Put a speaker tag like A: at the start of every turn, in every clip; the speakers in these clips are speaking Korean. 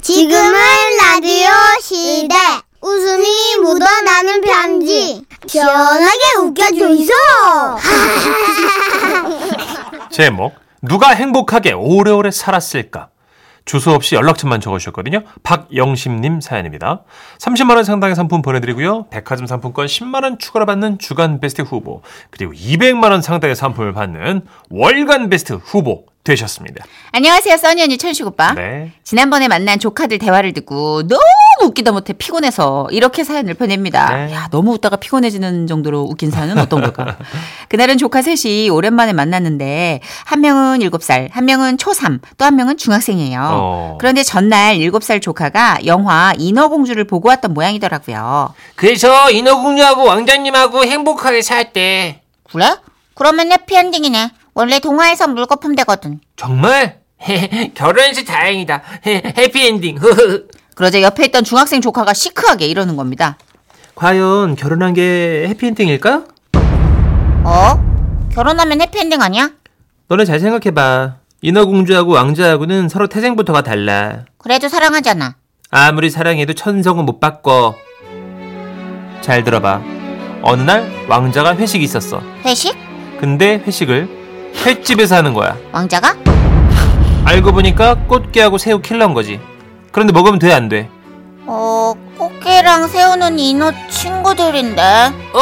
A: 지금은 라디오 시대. 웃음이 묻어나는 편지. 시원하게 웃겨줘이소.
B: 제목 누가 행복하게 오래오래 살았을까 주소 없이 연락처만 적어주셨거든요. 박영심님 사연입니다. 30만 원 상당의 상품 보내드리고요. 백화점 상품권 10만 원 추가로 받는 주간 베스트 후보 그리고 200만 원 상당의 상품을 받는 월간 베스트 후보 되셨습니다.
C: 안녕하세요, 써니 언니 천식 오빠.
D: 아?
B: 네.
C: 지난번에 만난 조카들 대화를 듣고 너무 웃기다 못해 피곤해서 이렇게 사연을 보냅니다.
B: 네.
C: 야, 너무 웃다가 피곤해지는 정도로 웃긴 사연은 어떤 걸까? 그날은 조카 셋이 오랜만에 만났는데 한 명은 7살, 한 명은 초3, 또 한 명은 중학생이에요.
B: 어.
C: 그런데 전날 7살 조카가 영화 인어공주를 보고 왔던 모양이더라고요.
D: 그래서 인어공주하고 왕자님하고 행복하게 살때
C: 그래? 그러면 해피엔딩이네. 원래 동화에서 물거품 되거든.
D: 정말 결혼해서 다행이다 해피엔딩
C: 그러자 옆에 있던 중학생 조카가 시크하게 이러는 겁니다.
B: 과연 결혼한 게 해피엔딩일까?
C: 어? 결혼하면 해피엔딩 아니야?
B: 너네 잘 생각해봐. 인어공주하고 왕자하고는 서로 태생부터가 달라.
C: 그래도 사랑하잖아.
B: 아무리 사랑해도 천성은 못 바꿔. 잘 들어봐. 어느 날 왕자가 회식이 있었어.
C: 회식?
B: 근데 회식을 횟집에서 하는 거야.
C: 왕자가?
B: 알고 보니까 꽃게하고 새우 킬러인 거지. 그런데 먹으면 돼, 안 돼?
C: 어, 꽃게랑 새우는 인어 친구들인데.
D: 어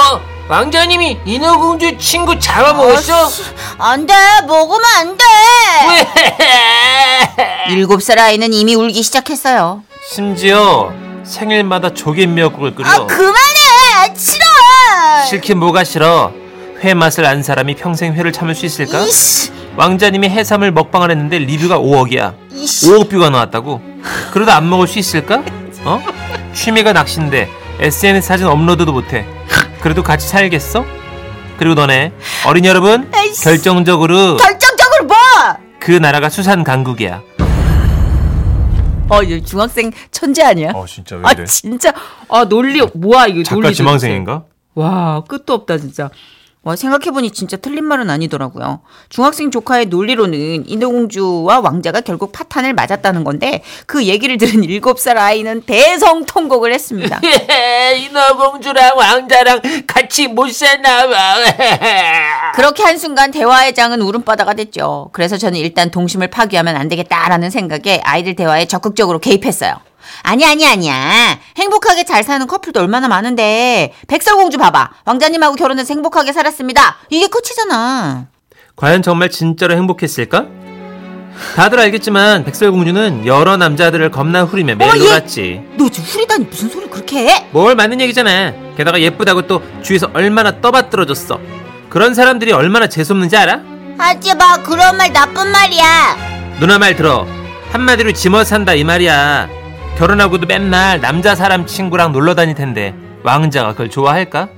D: 왕자님이 인어공주 친구 잡아먹었어
C: 안 돼! 먹으면 안 돼! 일곱 살 아이는 이미 울기 시작했어요.
B: 심지어 생일마다 조개미역국을
C: 아,
B: 끓여.
D: 아,
C: 그만해! 싫어!
B: 싫긴 뭐가 싫어. 회 맛을 안 사람이 평생 회를 참을 수 있을까? 왕자님이 해삼을 먹방을 했는데 리뷰가 5억이야.
C: 이씨.
B: 5억 뷰가 나왔다고? 그러다 안 먹을 수 있을까? 어? 취미가 낚시인데 SNS 사진 업로드도 못해. 그래도 같이 살겠어? 그리고 너네 어린 이 여러분
C: 아이씨.
B: 결정적으로
C: 결정적으로 뭐!
B: 그 나라가 수산 강국이야.
C: 어, 이 중학생 천재 아니야?
B: 어, 진짜
C: 아, 진짜. 아, 논리, 뭐야, 이거 논리도 와 끝도 없다 진짜. 와 생각해보니 진짜 틀린 말은 아니더라고요. 중학생 조카의 논리로는 인어공주와 왕자가 결국 파탄을 맞았다는 건데 그 얘기를 들은 7살 아이는 대성통곡을 했습니다.
D: 인어공주랑 왕자랑 같이 못 사나봐
C: 그렇게 한순간 대화의 장은 울음바다가 됐죠. 그래서 저는 일단 동심을 파괴하면 안 되겠다라는 생각에 아이들 대화에 적극적으로 개입했어요. 아니 아니 아니야. 행복하게 잘 사는 커플도 얼마나 많은데 백설공주 봐봐. 왕자님하고 결혼해서 행복하게 살았습니다. 이게 끝이잖아.
B: 과연 정말 진짜로 행복했을까? 다들 알겠지만 백설공주는 여러 남자들을 겁나 후리며 매일
C: 어머, 얘-
B: 놀았지.
C: 너 지금 후리다니 무슨 소리 그렇게 해?
B: 뭘 맞는 얘기잖아. 게다가 예쁘다고 또 주위에서 얼마나 떠받들어줬어. 그런 사람들이 얼마나 재수없는지 알아?
C: 하지 마 그런 말 나쁜 말이야
B: 누나 말 들어. 한마디로 짊어 산다 이 말이야. 결혼하고도 맨날 남자 사람 친구랑 놀러 다닐 텐데 왕자가 그걸 좋아할까?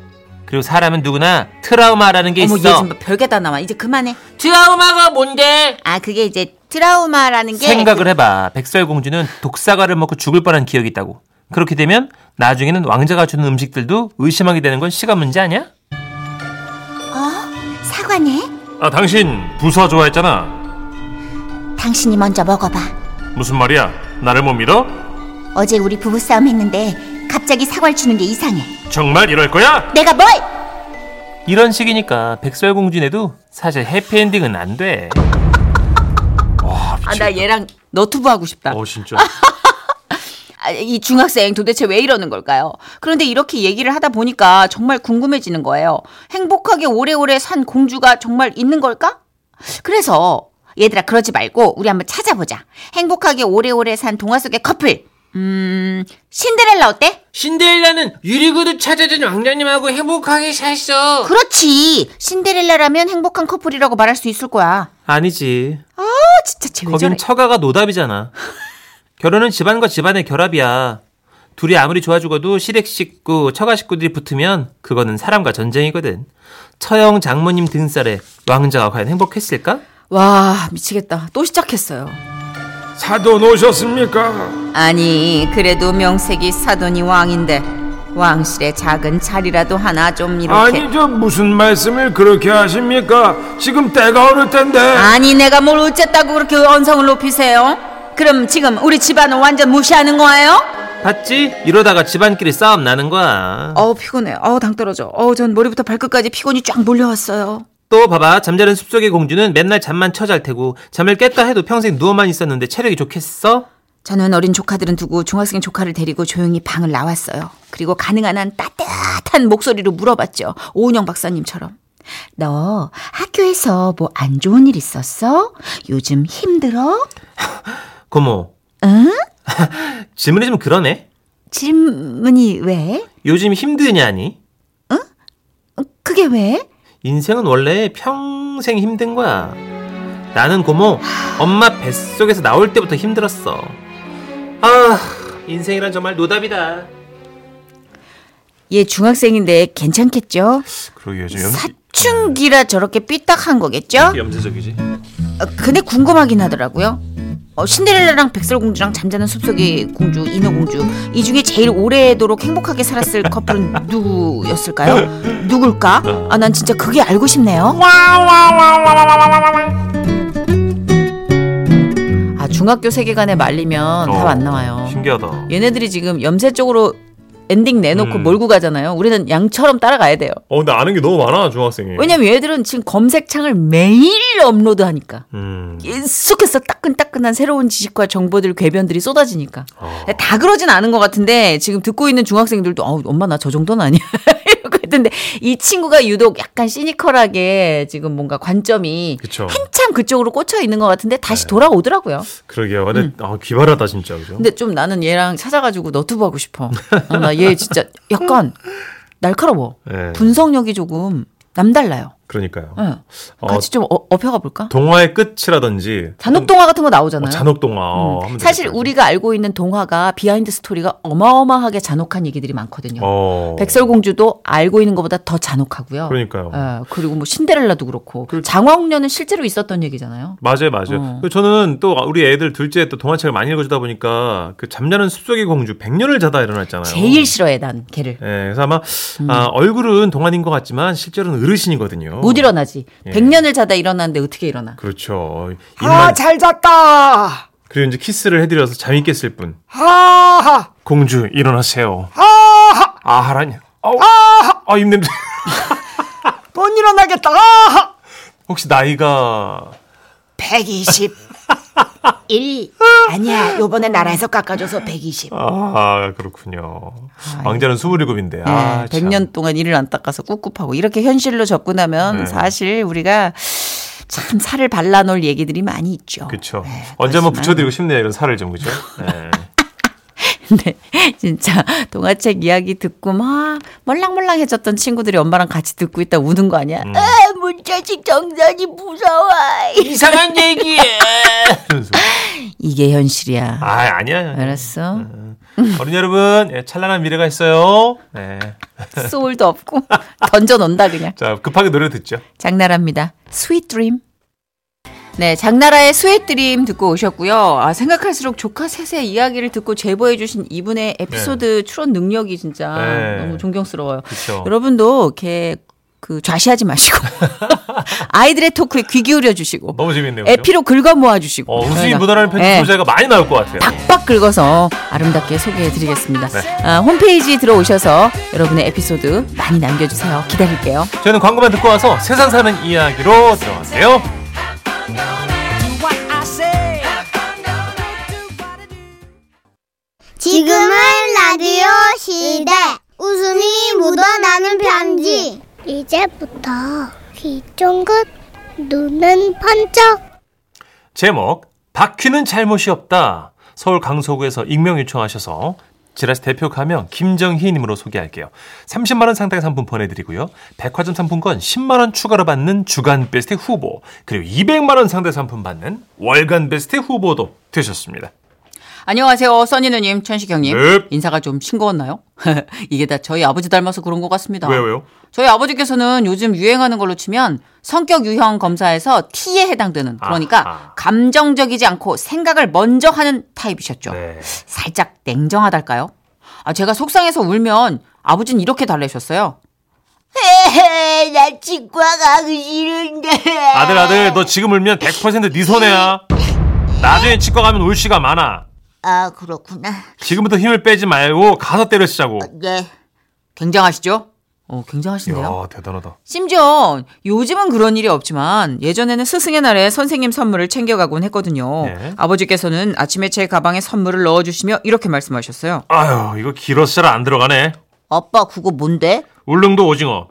B: 그리고 사람은 누구나 트라우마라는 게
C: 어머
B: 있어.
C: 얘좀 뭐 별게 다 나와 이제 그만해
D: 드라우마가 뭔데
C: 아 그게 이제 트라우마라는 게
B: 생각을 해봐. 백설공주는 독사과를 먹고 죽을 뻔한 기억이 있다고. 그렇게 되면 나중에는 왕자가 주는 음식들도 의심하게 되는 건 시간 문제 아니야?
C: 어? 사과네
E: 아 당신 부사 좋아했잖아
C: 당신이 먼저 먹어봐
E: 무슨 말이야 나를 못 믿어?
C: 어제 우리 부부싸움 했는데 갑자기 사과를 주는 게 이상해
E: 정말 이럴 거야?
C: 내가 뭘
B: 이런 식이니까 백설공주네도 사실 해피엔딩은 안 돼.
C: 아 나 얘랑 너튜브 하고 싶다
E: 어 진짜
C: 아, 이 중학생 도대체 왜 이러는 걸까요? 그런데 이렇게 얘기를 하다 보니까 정말 궁금해지는 거예요. 행복하게 오래오래 산 공주가 정말 있는 걸까? 그래서 얘들아 그러지 말고 우리 한번 찾아보자. 행복하게 오래오래 산 동화 속의 커플. 음, 신데렐라 어때?
D: 신데렐라는 유리구두 찾아준 왕자님하고 행복하게 살았어
C: 그렇지. 신데렐라라면 행복한 커플이라고 말할 수 있을 거야.
B: 아니지.
C: 아, 진짜 쟤왜 저래?
B: 거긴 처가가 노답이잖아. 결혼은 집안과 집안의 결합이야. 둘이 아무리 좋아 죽어도 시댁 식구, 처가 식구들이 붙으면 그거는 사람과 전쟁이거든. 처형 장모님 등살에 왕자가 과연 행복했을까?
C: 와, 미치겠다. 또 시작했어요.
E: 사돈 오셨습니까?
C: 아니 그래도 명색이 사돈이 왕인데 왕실의 작은 자리라도 하나 좀 이렇게
E: 아니 저 무슨 말씀을 그렇게 하십니까? 지금 때가 어느 때인데
C: 아니, 내가 뭘 어쨌다고 그렇게 언성을 높이세요? 그럼 지금 우리 집안을 완전 무시하는 거예요?
F: 봤지? 이러다가 집안끼리 싸움 나는 거야.
C: 어우 피곤해. 어우 당 떨어져. 어우 전 머리부터 발끝까지 피곤이 쫙 몰려왔어요.
F: 또 봐봐. 잠자는 숲속의 공주는 맨날 잠만 쳐 잘 테고 잠을 깼다 해도 평생 누워만 있었는데 체력이 좋겠어?
C: 저는 어린 조카들은 두고 중학생 조카를 데리고 조용히 방을 나왔어요. 그리고 가능한 한 따뜻한 목소리로 물어봤죠. 오은영 박사님처럼. 너 학교에서 뭐 안 좋은 일 있었어? 요즘 힘들어?
F: 고모. 응? 질문이 좀 그러네.
C: 질문이 왜?
F: 요즘 힘드냐니?
C: 그게 왜?
F: 인생은 원래 평생 힘든 거야. 나는 고모, 엄마 뱃속에서 나올 때부터 힘들었어. 아, 인생이란 정말 노답이다.
C: 얘 중학생인데 괜찮겠죠?
B: 그러게 요즘
C: 사춘기라 저렇게 삐딱한 거겠죠?
B: 염세적이지.
C: 어, 근데 궁금하긴 하더라고요. 어, 신데렐라랑 백설공주랑 잠자는 숲속의 공주 인어공주 이 중에 제일 오래도록 행복하게 살았을 커플은 누구였을까요? 누굴까? 아 난 진짜 그게 알고 싶네요. 아 중학교 세계관에 말리면
B: 어,
C: 답 안 나와요.
B: 신기하다.
C: 얘네들이 지금 염세 쪽으로 엔딩 내놓고 몰고 가잖아요. 우리는 양처럼 따라가야 돼요.
B: 어, 근데 아는 게 너무 많아, 중학생이.
C: 왜냐면 얘들은 지금 검색창을 매일 업로드하니까.
B: 음.
C: 계속해서 따끈따끈한 새로운 지식과 정보들 궤변들이 쏟아지니까 다 그러진 않은 것 같은데 지금 듣고 있는 중학생들도 어, 엄마 나 저 정도는 아니야 이러고 있던데 이 친구가 유독 약간 시니컬하게 지금 뭔가 관점이
B: 그쵸. 네.
C: 한참 그쪽으로 꽂혀 있는 것 같은데 다시 돌아오더라고요
B: 그러게요. 근데 아, 기발하다, 진짜. 그죠?
C: 음. 근데 좀 나는 얘랑 찾아가지고 너튜브 하고 싶어 아, 나 얘 진짜 약간 날카로워
B: 네.
C: 분석력이 조금 남달라요
B: 그러니까요.
C: 응.
B: 어,
C: 같이 좀 어- 업혀가 볼까
B: 동화의 끝이라든지.
C: 잔혹동화 같은 거
B: 어,
C: 나오잖아요
B: 잔혹동화. 어, 하면
C: 음. 사실
B: 되겠다.
C: 우리가 알고 있는 동화가 비하인드 스토리가 어마어마하게 잔혹한 얘기들이 많거든요.
B: 어.
C: 백설공주도 알고 있는 것보다 더 잔혹하고요.
B: 그러니까요.
C: 예, 그리고 뭐 신데렐라도 그렇고 장화홍련은 실제로 있었던 얘기잖아요.
B: 맞아요, 맞아요.
C: 어.
B: 그 저는 또 우리 애들 둘째 또 동화책을 많이 읽어주다 보니까 그 잠자는 숲속의 공주 백년을 자다 일어났잖아요.
C: 제일 싫어해 난 걔를.
B: 예, 그래서 아마
G: 음.
B: 아, 얼굴은 동안인 것 같지만 실제로는 어르신이거든요.
C: 못 일어나지.
B: 예.
C: 백년을 자다 일어났는데 어떻게 일어나?
B: 그렇죠.
G: 아,
B: 입만
G: 잘 잤다.
B: 그리고 이제 키스를 해드려서 잠이 깼을 뿐.
G: 하하,
B: 공주 일어나세요.
G: 하하,
B: 아하라니. 아우, 아 입냄새.
G: 못 일어나겠다. 하하.
B: 혹시 나이가
G: 120. 1. 아니야, 요번에 나라에서 깎아줘서 120.
B: 아 그렇군요. 왕자는 27인데. 아,
C: 예, 100년 동안 이를 안 닦아서 꿉꿉하고 이렇게 현실로 접근하면
B: 네.
C: 사실 우리가 참 살을 발라놓을 얘기들이 많이 있죠.
B: 그렇죠.
C: 예,
B: 언제 한번
C: 그렇지만
B: 붙여드리고 싶네요. 이런 살을 좀 그죠. 네.
C: 근데 진짜 동화책 이야기 듣고 막 멀랑멀랑해졌던 친구들이 엄마랑 같이 듣고 있다 우는 거 아니야?
B: 음.
C: 아, 문자식 정산이 무서워.
D: 이상한 얘기해.
B: 이런 소리.
C: 이게 현실이야.
B: 아
C: 네.
B: 아니야.
C: 알았어.
B: 음. 어린 여러분 예, 찬란한 미래가 있어요. 네.
C: 소울도 없고 던져 놓는다 그냥.
B: 자 급하게 노래 듣죠.
C: 장나라입니다. 스윗 드림. 네, 장나라의 스윗 드림 듣고 오셨고요. 아, 생각할수록 조카 셋의 이야기를 듣고 제보해 주신 이분의 에피소드 추론 능력이 진짜
B: 네.
C: 너무 존경스러워요.
B: 그쵸.
C: 여러분도 이렇게 그 좌시하지 마시고 아이들의 토크에 귀 기울여 주시고
B: 너무 재밌네요. 그죠?
C: 에피로 네. 긁어 모아 주시고
B: 어, 우수인 무단하는 편집 소재가 많이 나올 것 같아요.
C: 빡빡 긁어서 아름답게 소개해 드리겠습니다.
B: 네.
C: 아, 홈페이지 들어오셔서 여러분의 에피소드 많이 남겨 주세요. 기다릴게요.
B: 저희는 광고만 듣고 와서 세상 사는 이야기로 들어가세요.
A: 지금은 라디오 시대. 웃음이 묻어나는 편지. 이제부터 귀 쫑긋, 눈은 번쩍.
B: 제목 바퀴는 잘못이 없다. 서울 강서구에서 익명 요청하셔서 지라스 대표 가명 김정희님으로 소개할게요. 30만 원 상당의 상품 보내드리고요. 백화점 상품권 10만 원 추가로 받는 주간 베스트 후보 그리고 200만 원 상대 상품 받는 월간 베스트 후보도 되셨습니다.
C: 안녕하세요. 써니 누님, 천식 형님.
B: 넵.
C: 인사가 좀 싱거웠나요? 이게 다 저희 아버지 닮아서 그런 것 같습니다.
B: 왜요, 왜요?
C: 저희 아버지께서는 요즘 유행하는 걸로 치면 성격 유형 검사에서 T에 해당되는 그러니까
B: 아하.
C: 감정적이지 않고 생각을 먼저 하는 타입이셨죠.
B: 네.
C: 살짝 냉정하달까요? 아, 제가 속상해서 울면 아버지는 이렇게 달래셨어요.
G: 헤헤, 나 치과 가기 싫은데.
B: 아들 아들 너 지금 울면 100%네 손해야. 네 나중에 치과 가면 올 시가 많아.
C: 아, 그렇구나.
B: 지금부터 힘을 빼지 말고 가서 때려 쓰자고.
C: 네. 굉장하시죠? 어, 굉장하신데요?
B: 야 대단하다.
C: 심지어 요즘은 그런 일이 없지만 예전에는 스승의 날에 선생님 선물을 챙겨가곤 했거든요.
B: 네.
C: 아버지께서는 아침에 제 가방에 선물을 넣어주시며 이렇게 말씀하셨어요.
B: 아유 이거 길어서 잘 안 들어가네.
C: 아빠 그거 뭔데?
B: 울릉도 오징어.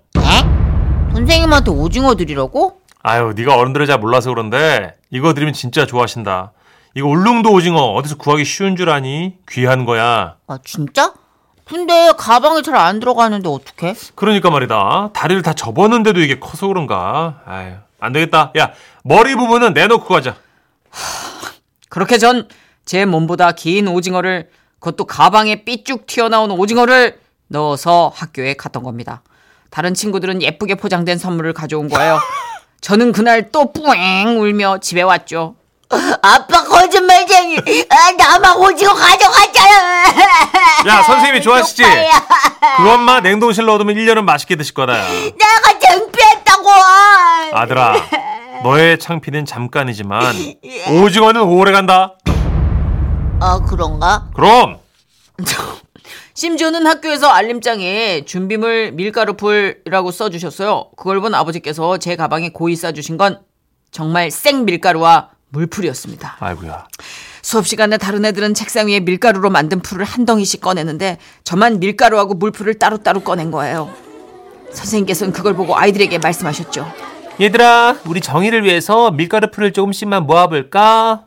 C: 선생님한테 오징어 드리라고?
B: 아유 네가 어른들을 잘 몰라서 그런데 이거 드리면 진짜 좋아하신다. 이거 울릉도 오징어 어디서 구하기 쉬운 줄 아니? 귀한 거야.
C: 아 진짜? 근데 가방에 잘 안 들어가는데 어떡해?
B: 그러니까 말이다. 다리를 다 접었는데도 이게 커서 그런가. 아유 안 되겠다. 야 머리 부분은 내놓고 가자.
C: 그렇게 전 제 몸보다 긴 오징어를 그것도 가방에 삐쭉 튀어나온 오징어를 넣어서 학교에 갔던 겁니다. 다른 친구들은 예쁘게 포장된 선물을 가져온 거예요. 저는 그날 또 뿌앵 울며 집에 왔죠.
G: 아빠 거짓말쟁이. 아, 나만 오징어 가져갔잖아.
B: 야 선생님이 좋아하시지? 그 엄마 냉동실 넣어두면 1년은 맛있게 드실 거다. 야.
G: 내가 창피했다고.
B: 아들아, 너의 창피는 잠깐이지만 오징어는 오래 간다.
G: 아 그런가?
B: 그럼
C: 심지어는 학교에서 알림장에 준비물 밀가루풀이라고 써주셨어요. 그걸 본 아버지께서 제 가방에 고이 싸주신 건 정말 생 밀가루와 물풀이었습니다.
B: 아이고야.
C: 수업 시간에 다른 애들은 책상 위에 밀가루로 만든 풀을 한 덩이씩 꺼내는데 저만 밀가루하고 물풀을 따로따로 꺼낸 거예요. 선생님께서는 그걸 보고 아이들에게 말씀하셨죠.
F: 얘들아, 우리 정의를 위해서 밀가루 풀을 조금씩만 모아볼까?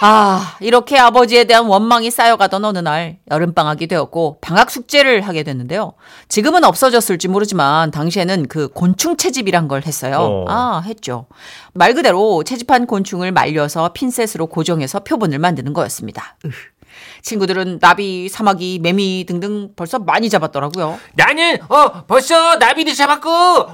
C: 아, 이렇게 아버지에 대한 원망이 쌓여가던 어느 날 여름방학이 되었고 방학 숙제를 하게 됐는데요. 지금은 없어졌을지 모르지만 당시에는 그 곤충 채집이란 걸 했어요.
B: 어.
C: 아, 했죠. 말 그대로 채집한 곤충을 말려서 핀셋으로 고정해서 표본을 만드는 거였습니다. 으흐. 친구들은 나비, 사마귀, 매미 등등 벌써 많이 잡았더라고요.
D: 나는 어 벌써 나비도 잡았고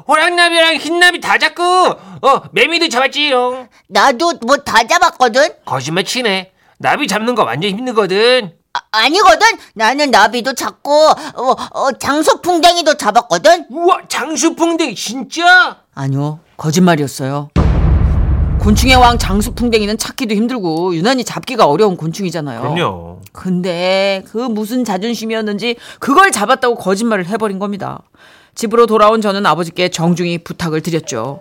D: 호랑나비랑 흰나비 다 잡고 어 매미도 잡았지요.
G: 나도 뭐 다 잡았거든.
D: 거짓말 치네. 나비 잡는 거 완전 힘들거든.
G: 아, 아니거든. 나는 나비도 잡고 어, 어, 장소풍뎅이도 잡았거든.
D: 우와 장수풍뎅 진짜?
C: 아니요, 거짓말이었어요. 곤충의 왕 장수풍뎅이는 찾기도 힘들고 유난히 잡기가 어려운 곤충이잖아요.
B: 그럼요.
C: 근데 그 무슨 자존심이었는지 그걸 잡았다고 거짓말을 해버린 겁니다. 집으로 돌아온 저는 아버지께 정중히 부탁을 드렸죠.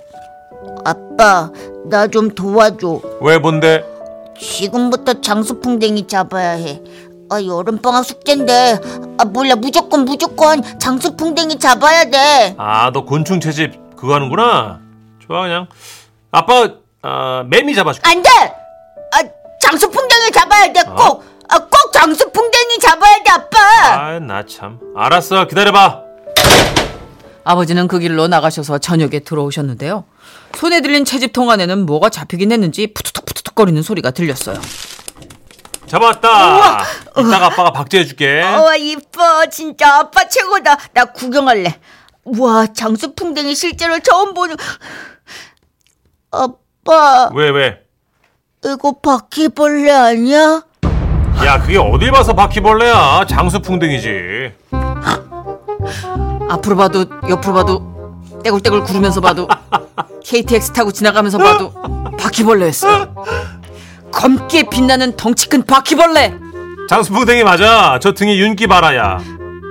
G: 아빠, 나 좀 도와줘.
B: 왜 뭔데?
G: 지금부터 장수풍뎅이 잡아야 해. 아, 여름방학 숙제인데. 아, 몰라. 무조건, 무조건 장수풍뎅이 잡아야 돼.
B: 아, 너 곤충 채집 그거 하는구나. 좋아 그냥. 아빠 아, 매미 잡아줄게.
G: 안 돼! 아, 장수풍뎅이 잡아야
B: 어?
G: 돼, 꼭! 아, 꼭 장수풍뎅이 잡아야 돼, 아빠!
B: 아, 나 참. 알았어, 기다려봐.
C: 아버지는 그 길로 나가셔서 저녁에 들어오셨는데요. 손에 들린 채집통 안에는 뭐가 잡히긴 했는지 푸투툭 푸투툭 거리는 소리가 들렸어요.
B: 잡았다. 이따가 아빠가 박제해줄게.
G: 어, 이뻐. 진짜 아빠 최고다. 나 구경할래. 우와, 장수풍뎅이 실제로 처음 보는. 아빠,
B: 왜 왜?
G: 이거 바퀴벌레 아니야?
B: 야, 그게 어딜 봐서 바퀴벌레야? 장수풍뎅이지.
C: 앞으로 봐도 옆으로 봐도 떼굴떼굴 구르면서 봐도 KTX 타고 지나가면서 봐도 바퀴벌레였어요. 검게 빛나는 덩치 큰 바퀴벌레.
B: 장수풍뎅이 맞아. 저 등에 윤기 봐라야.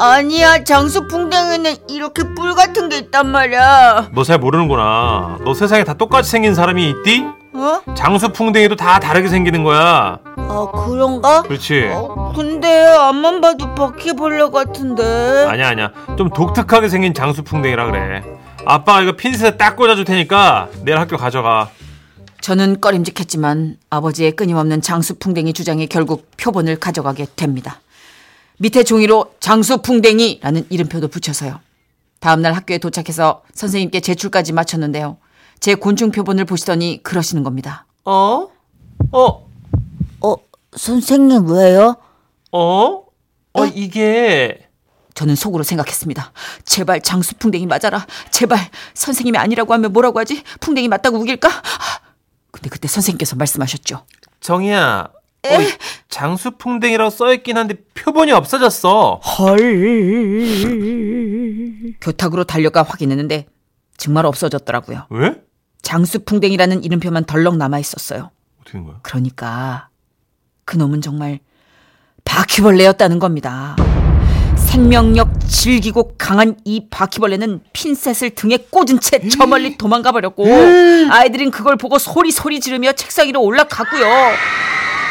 G: 아니야, 장수풍뎅이는 이렇게 뿔 같은 게 있단 말이야.
B: 너 잘 모르는구나. 너 세상에 다 똑같이 생긴 사람이 있디?
G: 어?
B: 장수풍뎅이도 다 다르게 생기는 거야.
G: 아, 그런가?
B: 그렇지.
G: 어, 근데 앞만 봐도 바퀴벌레 같은데.
B: 아니야 아니야. 좀 독특하게 생긴 장수풍뎅이라 그래. 아빠가 이거 핀셋에 딱 꽂아줄 테니까 내일 학교 가져가.
C: 저는 꺼림직했지만 아버지의 끊임없는 장수풍뎅이 주장이 결국 표본을 가져가게 됩니다. 밑에 종이로 장수풍뎅이라는 이름표도 붙여서요. 다음날 학교에 도착해서 선생님께 제출까지 마쳤는데요. 제 곤충 표본을 보시더니 그러시는 겁니다.
F: 어? 어?
G: 어, 선생님 왜요?
F: 어? 어, 이게.
C: 저는 속으로 생각했습니다. 제발 장수풍뎅이 맞아라. 제발 선생님이 아니라고 하면 뭐라고 하지? 풍뎅이 맞다고 우길까? 하, 근데 그때 선생님께서 말씀하셨죠.
F: 정희야. 어, 이 장수풍뎅이라고 써있긴 한데 표본이 없어졌어.
C: 교탁으로 달려가 확인했는데 정말 없어졌더라고요.
B: 왜?
C: 장수풍뎅이라는 이름표만 덜렁 남아 있었어요.
B: 어떻게 된 거야?
C: 그러니까 그놈은 정말 바퀴벌레였다는 겁니다. 생명력 질기고 강한 이 바퀴벌레는 핀셋을 등에 꽂은 채 저 멀리 도망가 버렸고 아이들은 그걸 보고 소리 소리 지르며 책상 위로 올라갔고요.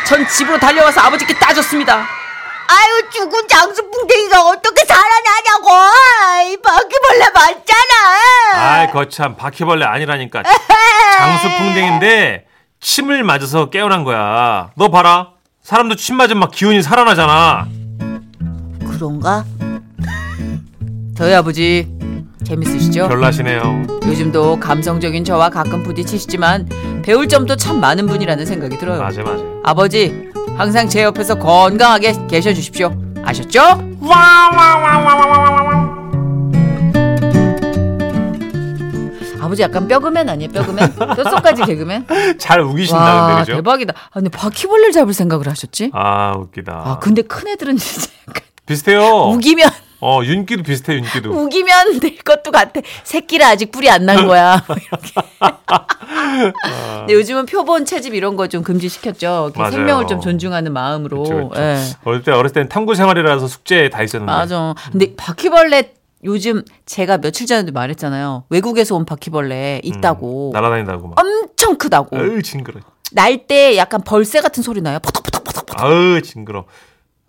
C: 전 집으로 달려와서 아버지께 따졌습니다.
G: 아유 죽은 장수풍뎅이가 어떻게 살아나냐고 이 바퀴벌레 맞잖아
B: 아이 거참 바퀴벌레 아니라니까 장수풍뎅인데 침을 맞아서 깨어난 거야 너 봐라 사람도 침 맞으면 막 기운이 살아나잖아
G: 그런가?
C: 저희 아버지 재밌으시죠?
B: 별나시네요
C: 요즘도 감성적인 저와 가끔 부딪히시지만 배울 점도 참 많은 분이라는 생각이 들어요.
B: 맞아 맞아
C: 아버지 항상 제 옆에서 건강하게 계셔 주십시오. 아셨죠? 아버지 약간 뼈그맨 아니에요? 뼈그맨? 뼛속까지 개그맨?
B: 잘 우기신다
C: 와
B: 근데 그죠?
C: 대박이다. 아, 근데 바퀴벌레를 잡을 생각을 하셨지?
B: 아 웃기다
C: 아 근데 큰 애들은 진짜 약간
B: 비슷해요
C: 우기면
B: 어 윤기도 비슷해 윤기도
C: 우기면 될 것도 같아. 새끼라 아직 뿔이 안 난 거야. 뭐 이렇게.
B: 아.
C: 근데 요즘은 표본 채집 이런 거 좀 금지시켰죠. 이렇게
B: 맞아요.
C: 생명을 좀 존중하는 마음으로.
B: 그쵸, 네. 그쵸.
C: 예.
B: 어릴 때 어렸을 땐 탐구 생활이라서 숙제에 다 있었는데
C: 맞아. 근데 바퀴벌레 요즘 제가 며칠 전에도 말했잖아요. 외국에서 온 바퀴벌레
B: 음.
C: 있다고.
B: 날아다닌다고 막
C: 엄청 크다고.
B: 아유 징그러
C: 날 때 약간 벌새 같은 소리 나요. 포덕포덕포덕.
B: 아유 징그러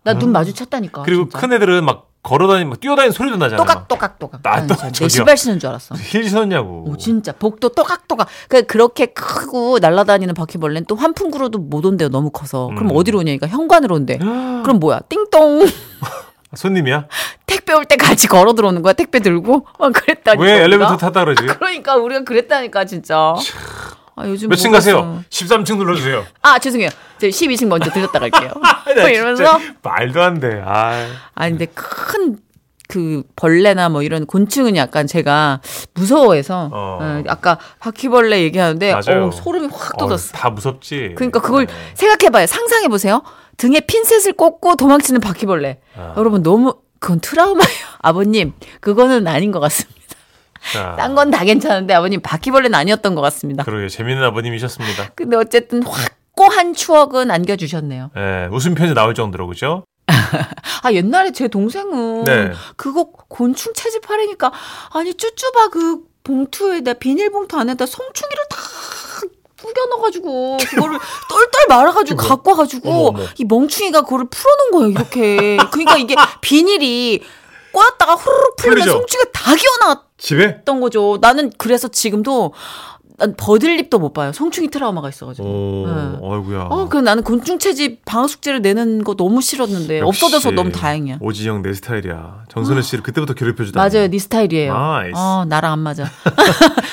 C: 나 눈 마주쳤다니까.
B: 음. 그리고
C: 아, 진짜.
B: 큰 애들은 막 걸어다니는 막 뛰어다니는 소리도 나잖아 막.
C: 또각또각또각.
B: 나 또-
C: 내
B: 저기요.
C: 신발 신은 줄 알았어.
B: 힐 신었냐고
C: 오, 진짜 복도 또각또각. 그 그렇게 크고 날아다니는 바퀴벌레는 또 환풍구로도 못 온대요. 너무 커서. 그럼
B: 음.
C: 어디로 오냐니까 현관으로 온대. 그럼 뭐야? 띵동.
B: 아, 손님이야?
C: 택배 올 때 같이 걸어 들어오는 거야. 택배 들고. 막 그랬다니까.
B: 왜
C: 우리가.
B: 엘리베이터 탔다 그러지?
C: 그러니까 우리가 그랬다니까 진짜. 아, 요즘
B: 몇 층
C: 뭐가
B: 가세요?
C: 있어.
B: 13층 눌러주세요.
C: 아 죄송해요. 저 12층 먼저 들렸다 갈게요.
B: 아, 나
C: 뭐 이러면서
B: 진짜 말도 안 돼. 아,
C: 아 근데 큰 그 벌레나 뭐 이런 곤충은 약간 제가 무서워해서
B: 어.
C: 예, 아까 바퀴벌레 얘기하는데
B: 맞아요.
C: 어우, 소름이 확 돋았어.
B: 다 무섭지.
C: 그 그러니까 그걸
B: 네.
C: 생각해봐요. 상상해보세요. 등에 핀셋을 꽂고 도망치는 바퀴벌레. 여러분 너무 그건 트라우마예요. 아버님 그거는 아닌 것 같습니다.
B: 자,
C: 딴 건 다 괜찮은데 아버님 바퀴벌레는 아니었던 것 같습니다.
B: 그러게요. 재밌는 아버님이셨습니다.
C: 근데 어쨌든 확고한 추억은 안겨주셨네요.
B: 예, 웃음 편지 나올 정도로 그죠?
C: 아 옛날에 제 동생은
B: 네.
C: 그거 곤충 채집하려니까 아니 쭈쭈바 그 봉투에다 비닐봉투 안에다 송충이를 다 구겨 넣어가지고 그거를 똘똘 말아가지고 갖고 와가지고
B: 어머, 어머.
C: 이 멍충이가 그거를 풀어놓은 거예요 이렇게. 그러니까 이게 비닐이 꼬였다가 후루룩 풀리면
B: 풀리죠.
C: 송충이가 다 기어나왔던
B: 집에?
C: 거죠. 나는 그래서 지금도 난 버들립도 못 봐요. 송충이 트라우마가 있어가지고.
B: 오,
C: 네.
B: 어이구야.
C: 어, 그 나는 곤충 채집 방학 숙제를 내는 거 너무 싫었는데
B: 역시
C: 없어져서 너무 다행이야.
B: 오지영 내 스타일이야. 정선우 씨를 그때부터 괴롭혀주다.
C: 맞아요, 네 스타일이에요.
B: 나이스.
C: 어, 나랑 안 맞아.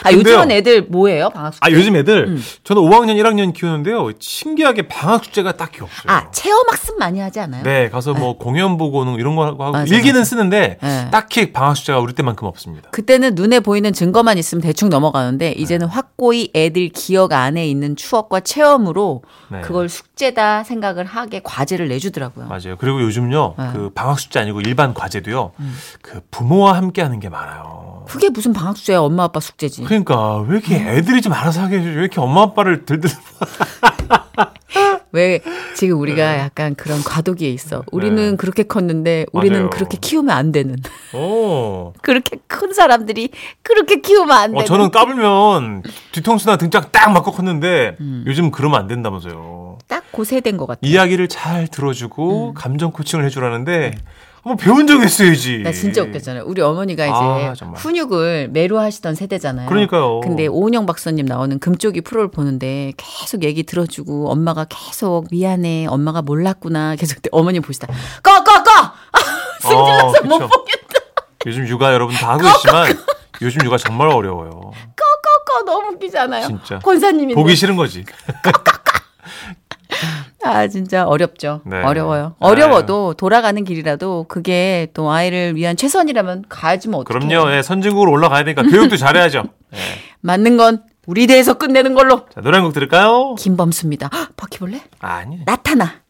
C: 아, 요즘은
B: 근데요.
C: 애들 뭐예요, 방학 숙제?
B: 아, 요즘 애들,
C: 음.
B: 저는 5학년, 1학년 키우는데요. 신기하게 방학 숙제가 딱히 없어요.
C: 아, 체험 학습 많이 하지 않아요?
B: 네, 가서 뭐 공연 보고는 이런 거 하고
C: 맞아,
B: 일기는 쓰는데
C: 네.
B: 딱히 방학 숙제가 우리 때만큼 없습니다.
C: 그때는 눈에 보이는 증거만 있으면 대충
B: 네.
C: 넘어가는데 이제는 확고히 애들 기억 안에 있는 추억과 체험으로
B: 네.
C: 그걸 숙제다 생각을 하게 과제를 내주더라고요.
B: 맞아요. 그리고 요즘요
C: 그렇죠. 네. 음.
B: 그 방학 숙제 아니고 일반 과제도요 그 부모와 함께하는 게 많아요.
C: 그게 무슨 방학 숙제야, 엄마 아빠 숙제지.
B: 그러니까 왜 이렇게
C: 음.
B: 애들이 좀 알아서 하게 해주지 왜 이렇게 엄마 아빠를 들들 어.
C: 왜 지금 우리가 약간 그런 과도기에 있어. 우리는
B: 네.
C: 그렇게 컸는데 우리는
B: 맞아요.
C: 그렇게 키우면 안 되는.
B: 어.
C: 그렇게 큰 사람들이 그렇게 키우면 안 되는.
B: 어 저는 까불면 뒤통수나 등짝 딱 맞고 컸는데
C: 음.
B: 요즘 그러면 안 된다면서요.
C: 딱 고세된 것 같아.
B: 이야기를 잘 들어주고
C: 음.
B: 감정 코칭을 해주라는데 한번 배운 적 있어야지.
C: 네. 나 진짜 웃겼잖아요. 우리 어머니가
B: 예. 아,
C: 이제
B: 정말.
C: 훈육을 매로 하시던 세대잖아요.
B: 그러니까요.
C: 근데 오은영 박사님 나오는 금쪽이 프로를 보는데 계속 얘기 들어주고 엄마가 계속 미안해. 엄마가 몰랐구나. 계속 그때 어머니 보시다. 꺼! 꺼! 꺼! 승질나서
B: 어,
C: 못
B: 아, 그쵸.
C: 보겠다.
B: 요즘 육아 여러분 다 하고 있지만 요즘 육아 정말 어려워요.
C: 꺼! 꺼! 너무 웃기잖아요.
B: 진짜.
C: 권사님인데.
B: 보기 싫은 거지.
C: 아 진짜 어렵죠.
B: 네.
C: 어려워요. 어려워도 돌아가는 길이라도 그게 또 아이를 위한 최선이라면 가야지면 뭐 어떡해.
B: 그럼요. 예, 선진국으로 올라가야 되니까 교육도 잘해야죠. 예.
C: 맞는 건 우리 대에서 끝내는 걸로.
B: 자, 노래 한 곡 들을까요?
C: 김범수입니다. 헉, 바퀴벌레?
B: 아니.
C: 나타나.